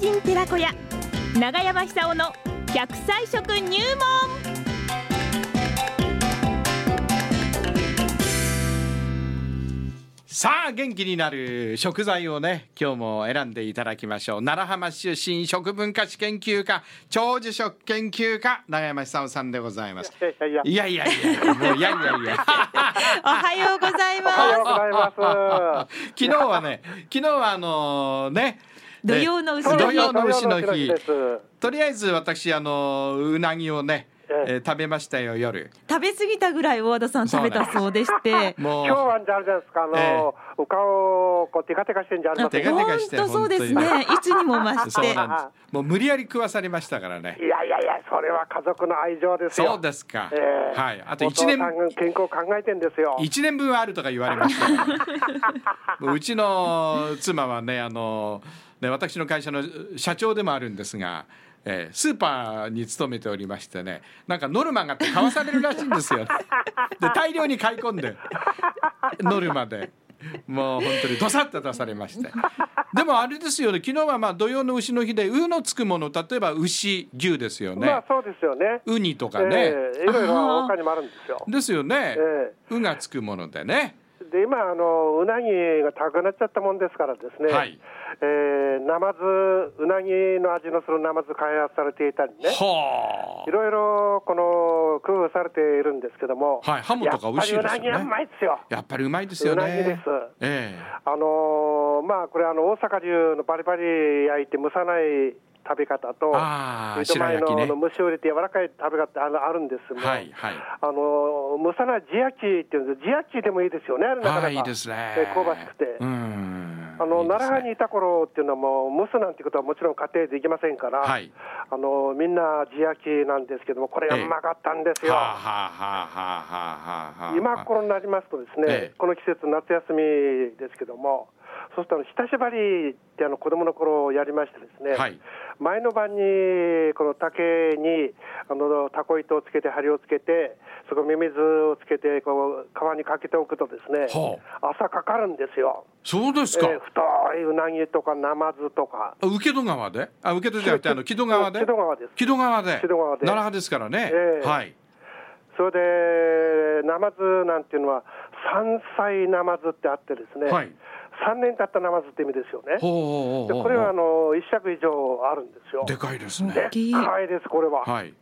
人寺子屋長山久夫の100歳食入門さあ元気になる食材をね今日も選んでいただきましょう奈良浜市出身食文化史研究家長寿食研究家永山久夫さんでございますいやいやいやいいややいやいやもういやいやいやおはようございおはようまございます。昨日はね昨日はあのね土用の丑えの日土用の牛の土日用の丑ですとりあえず私あのうなぎをね、えええー食べましたよ夜す食べ過ぎたぐらい大和田さん食べたそうでしてもう今日はじゃあるじゃないですか。あの、えお顔をこうテカテカしてんじゃありませんテカか。テ本当そうですねいつにも増しそうてなんですもう無理やり食わされましたからねいやいやいや、それは家族の愛情ですよ。そうですか、ええはいあとお父一年さんが健康を考えてんですよ。一年分はあるとか言われましたよ もううちの妻はねあのね私の会社の社長でもあるんですが、えースーパーに勤めておりましてねなんかノルマがあって買わされるらしいん ですよで大量に買い込んでノルマでもう本当にどさっと出されましてでもあれですよね昨日はまあ土曜の牛の日で「う」のつくもの例えば牛牛ですよね、まあそうですよね。ウニとかね、ええいろいろ他にもあるんですよ。ですよねええ「う」がつくものでねで今あのうなぎが高くなっちゃったもんですからですね、はいえー、ナマズうなぎの味のするナマズ開発されていたりねはいろいろこの工夫されているんですけども、はいハモとか美味しいですよねやっぱりうなぎはうまいですよあ。やっぱりうまいですよね。うなぎですえあのーまあこれあの大阪流のバリバリ焼いて蒸さない食べ方とあー江戸前白の焼きねあの蒸しを入れて柔らかい食べ方あのあるんですえが、はいはい。あのー蒸さない地焼きっていうんです地焼きでもいいですよねあれなかなか、はいいいですねえ。香ばしくて。うん。あのいいですね奈良にいた頃っていうのはもう蒸すなんてことはもちろん家庭できませんから、はいあのみんな地焼きなんですけどもこれがうまかったんですよ、はあ、はあはあはあはあはあ。今頃になりますとですね、ええこの季節夏休みですけどもそうするとあの久しばりってあの子供の頃やりましてですね、はい前の晩にこの竹にあのタコ糸をつけて針をつけてそこミミズをつけてこう川にかけておくとですね、は朝かかるんですよ。そうですえか。ー太いうなぎとかナマズとかあ受戸川で、あ受戸じゃなくてあ の木戸川で。木戸川です木戸川で。木戸川で奈良ですからね。ええはい。それでナマズなんていうのは山菜ナマズってあってですね、はい三3年経ったナマズって意味ですよねでほうほうほうほう。これはあの1尺以上あるんですよでかいですね。でっかいですこれは、はい。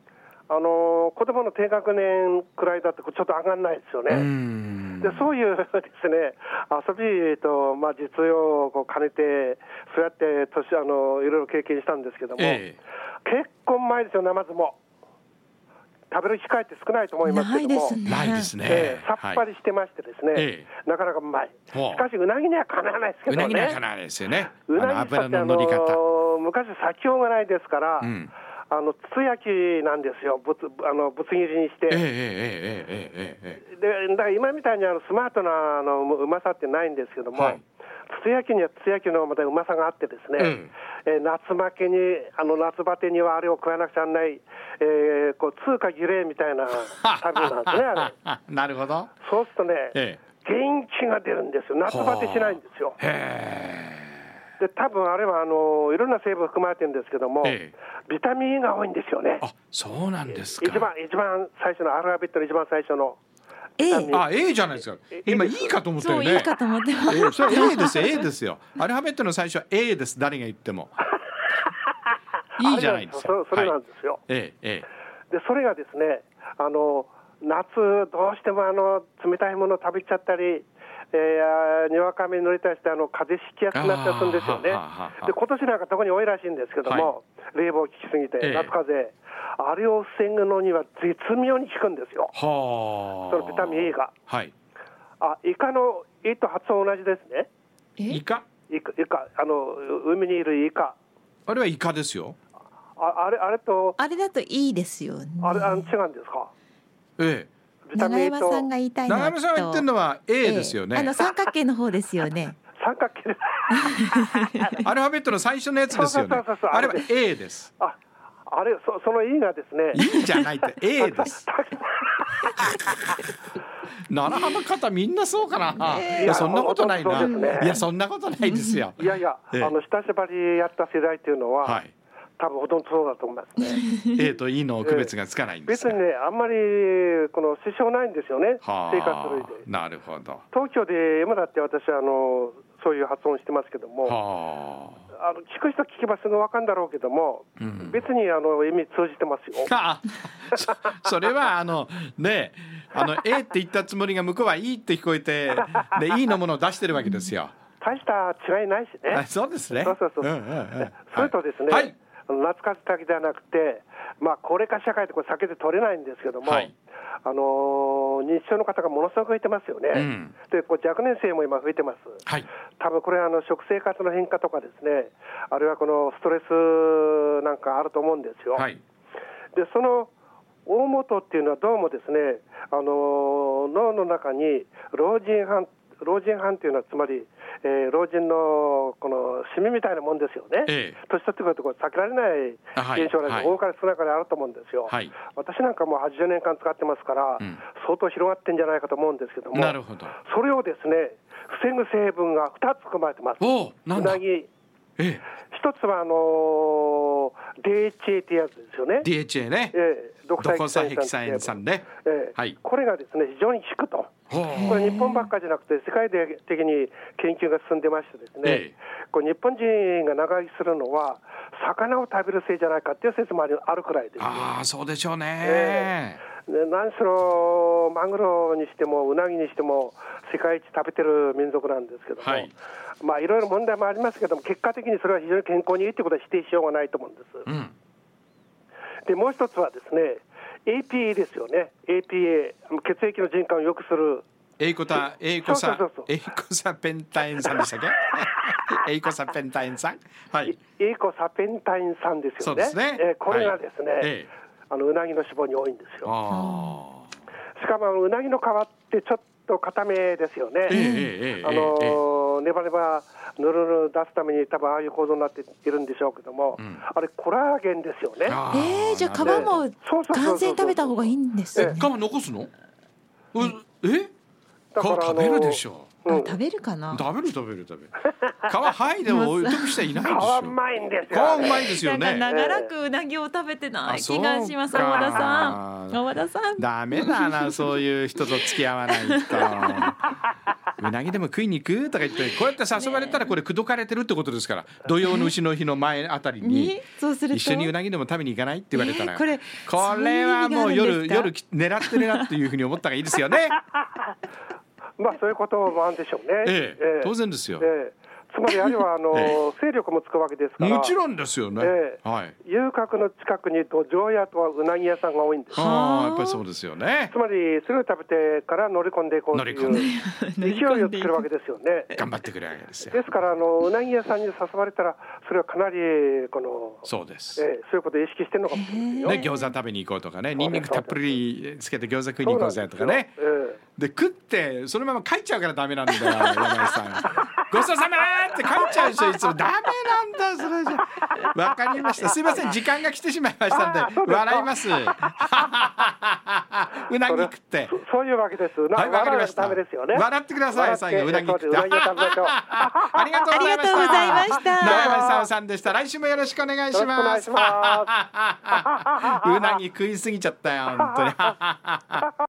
あの子供の低学年くらいだとちょっと上がんないですようね、ん。でそういうですね遊びと、まあ、実用をこう兼ねてそうやって年あのいろいろ経験したんですけども、ええ結婚前ですよナマズも食べる機会って少ないと思いますなけいでどもすねないですね。ええさっぱりはしてましてですね、えなかなかうまい。しほうかし、うなぎにはかなわないですい。けうどね。なぎなんかないですよね。あうのなぎ油っての乗りあ方。の昔、先用がないですから、うんあの筒焼きなんですよ、ぶつあのぶつ切りにしえええええええええて。ええでだから今みたいにあのスマートなあのうまさってないんですけども、はい筒焼きには筒焼きのまたうまさがあってですね、えー夏負けにあの夏バテにはあれを食わなくちゃなんない、えーこう通過儀礼みた いな食べなんですねあれなるほど。そうするとね、え元気が出るんですよ、夏バテしないんですよ。で多分あれはあのいろんな成分含まれてるんですけども、ええビタミン E が多いんですよね、あ、そうなんです一番か。一番最初のアルファベットの一番最初の、えビタミンあ、A じゃないですか。今いいかと思ったそようね。いいかと思ってますええそれ A ですよ A ですよ。アルファベットの最初は A です。誰が言って も。いいじゃないですか。あれなんですよそそれなえんですよ、ええでそれがですねあの夏どうしてもあの冷たいもの食べちゃったり、えー、にわか雨に乗りたりしてあの風邪ひきやすくなっちゃうんですよねあーはあはあはあで今年なんか特に多いらしいんですけども、冷房効きすぎてええ夏風邪、あれを防ぐのには絶妙に効くんですよえ。はあ。そのビタミン E がはい。あイカの「イ」と発音同じですねイカ。イカイカあのう海にいるイカあれはイカですよ。ああれあれとあれだといいですよねあれあの違うんですかええ。ビタ長ミン E 山とさんが言いたいの長はきっ山さんが言ってるのとは A ですよええあのね。三角形の方ですよね三角形でアルファベットの最初のやつですよねそうそうそうそう。あれは A です。ああれそその E がですねいいじゃないって A です。奈良浜方みんなそうかな。いやそんなことないな。そうですねいやそんなことないですよ。いやいや、ええあの下縛りやった世代っていうのは、はい。多分ほとんどそうだと思い ますね。 A と E の区別がつかないんです別が。にね、あんまりこの支障ないんですよね、は生活類あ。で。なるほど。東京で今だって私あの、そういう発音してますけども、はあ。あの聞く人聞けばすぐ分かるんだろうけども、うん別にあの意味通じてます よ。あそそれはあのねあの A って言ったつもりが向こうは E って聞こえてで E のものを出してるわけですよ。大した違いないしあね。そうですね。そうそうそううんうんうんそれとですね、はい。あの懐かしだけではなくて、まあ、高齢化社会ってこれ避けて取れないんですけども、はいあのー認知症の方がものすごく増えてますよね。うんでこう若年性も今増えてます。はい。多分これはあの食生活の変化とかですね、あるいはこのストレスなんかあると思うんですよ。はい。でその大元っていうのはどうもですね、あのー脳の中に老人斑老人斑っていうのはつまり、えー老人のこのシミみたいなもんですよね。ええ年取ってくるとこれ避けられないあはい現象なんはでい多かれ少なかれあると思うんですよ。はい私なんかもう80年間使ってますから、うん相当広がってんじゃないかと思うんですけども。なるほど。それをですね、防ぐ成分が2つ含まれてます。おおなんうだな。ぎ、え一つはあのー、DHA ってやつですよねえ、。DHA ね。ええ、ドドコサヘキサエン酸ね。ええはいこれがですね、非常に効くと。ほこれ日本ばっかりじゃなくて、世界的に研究が進んでましてですえね、えこう日本人が長生きするのは、魚を食べるせいじゃないかっていう説もあるあるくらいです。ああそうでしょうねえ。ね何しろマグロにしてもうなぎにしても世界一食べてる民族なんですけども、はいまあいろいろ問題もありますけども結果的にそれは非常に健康にいいということは否定しようがないと思うんです、うん。でもう一つはですね APA ですよね APA 血液の循環を良くするエイコタエイコサそうそうそうそエうイコサペンタエン酸でしたっ け？エイコサペンタエン酸。はい。エイコサペンタイン酸ですそうよでねすね。えーこれがですね、はいええあのうなぎの脂肪に多いんですよああ。しかもあのうなぎの皮ってちょっと硬めですよね、ええええええあのーネバネバぬるぬる出すために多分ああいう構造になっているんでしょうけども、んあれコラーゲンですよね。あえー、じゃあ皮なるほどもそうそうそうそう完全に食べた方がいいんですね皮え。残すの？うえ？だ皮からあ食のべるでしょ。あ食べるかな。食べる食べる食 べる。皮はいでも置いとく人はいないでしょ。皮うまいんです皮よ。うまいですよなんかね。長らくうなぎを食べてなあい気がします。そうか大和田さん。大和田さん。ダメだなそういう人と 付き合わないと。うなぎでも食いに行くとか言ってこうやって誘われたらこれ口説かれてるってことですから土曜の牛の日の前あたりにねそうすると一緒にうなぎでも食べに行かないって言われたら、えーこれこれはもそうういう夜意味がある夜んでき狙ってるなっていうふうに思った方がいいです よね、まあそういうこともあるんでしょうね。えええ当然ですよ、ええつまりあれはあのー、勢力もつくわけですから。もちろんですよね、ええはい遊郭の近くに土壌屋とはうなぎ屋さんが多いんです。ああやっぱりそうですよねつまりそれを食べてから乗り込んでいこうとい乗り込んでう勢いを作るわけですよね。頑張ってくれるわけですよですからあのうなぎ屋さんに誘われたらそれはかなりこのそうです、ええ、そういうことを意識してるのかもしれないですよ。ね、餃子食べに行こうとかねニンニクたっぷりつけて餃子食いに行こうぜとかそうなんねですよええで食ってそのまま帰っちゃうからダメなんだよ山井 さんごちそうさまーって帰っちゃう人いつもダメなんだそれじゃわかりましたすいません時間が来てしまいましたんであーそうですか笑います うなぎ食ってそそういうわけです。なはいわかりました笑うのはダメですよね。笑ってください最後うなぎ食笑ってってうなぎを食べましょう。 ありがとうございありがましたとうございました長山さんさんでした来週もよろしくお願いしよろましすくお願いし 아, 그 아,うなぎ食いすぎちゃったよ本当に